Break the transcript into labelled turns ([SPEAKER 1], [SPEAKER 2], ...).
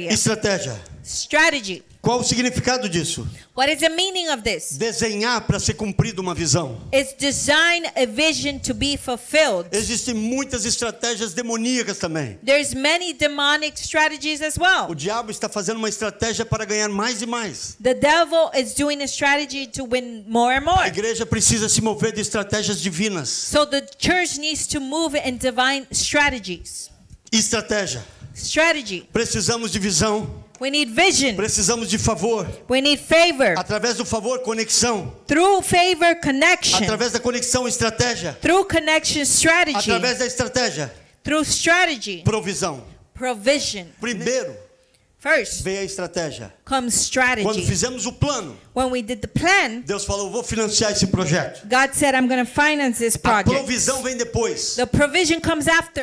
[SPEAKER 1] É.
[SPEAKER 2] Estratégia.
[SPEAKER 1] Strategy.
[SPEAKER 2] Qual o significado disso?
[SPEAKER 1] What is the meaning of this?
[SPEAKER 2] Desenhar para ser cumprida uma visão.
[SPEAKER 1] It's design a vision to be fulfilled.
[SPEAKER 2] Existem muitas estratégias demoníacas também.
[SPEAKER 1] There's many demonic strategies as
[SPEAKER 2] O
[SPEAKER 1] well.
[SPEAKER 2] diabo está fazendo uma estratégia para ganhar mais e mais.
[SPEAKER 1] The devil is doing a strategy to win more and
[SPEAKER 2] A
[SPEAKER 1] more.
[SPEAKER 2] igreja precisa se mover de estratégias divinas.
[SPEAKER 1] So the church needs to move in divine strategies.
[SPEAKER 2] Estratégia.
[SPEAKER 1] Strategy.
[SPEAKER 2] Precisamos de visão,
[SPEAKER 1] We need vision.
[SPEAKER 2] precisamos de favor.
[SPEAKER 1] We need favor.
[SPEAKER 2] Através do favor, conexão.
[SPEAKER 1] Through favor, connection.
[SPEAKER 2] Através da conexão, estratégia.
[SPEAKER 1] Through connection, strategy.
[SPEAKER 2] Através da estratégia,
[SPEAKER 1] Through strategy,
[SPEAKER 2] provisão.
[SPEAKER 1] provision.
[SPEAKER 2] Primeiro
[SPEAKER 1] First
[SPEAKER 2] veio a estratégia.
[SPEAKER 1] comes
[SPEAKER 2] Quando
[SPEAKER 1] strategy.
[SPEAKER 2] fizemos o plano,
[SPEAKER 1] When we did the plan,
[SPEAKER 2] Deus falou: "Eu vou financiar esse projeto.
[SPEAKER 1] God said, I'm going to finance this
[SPEAKER 2] A
[SPEAKER 1] project.
[SPEAKER 2] Tá, provisão vem depois.
[SPEAKER 1] The provision comes after.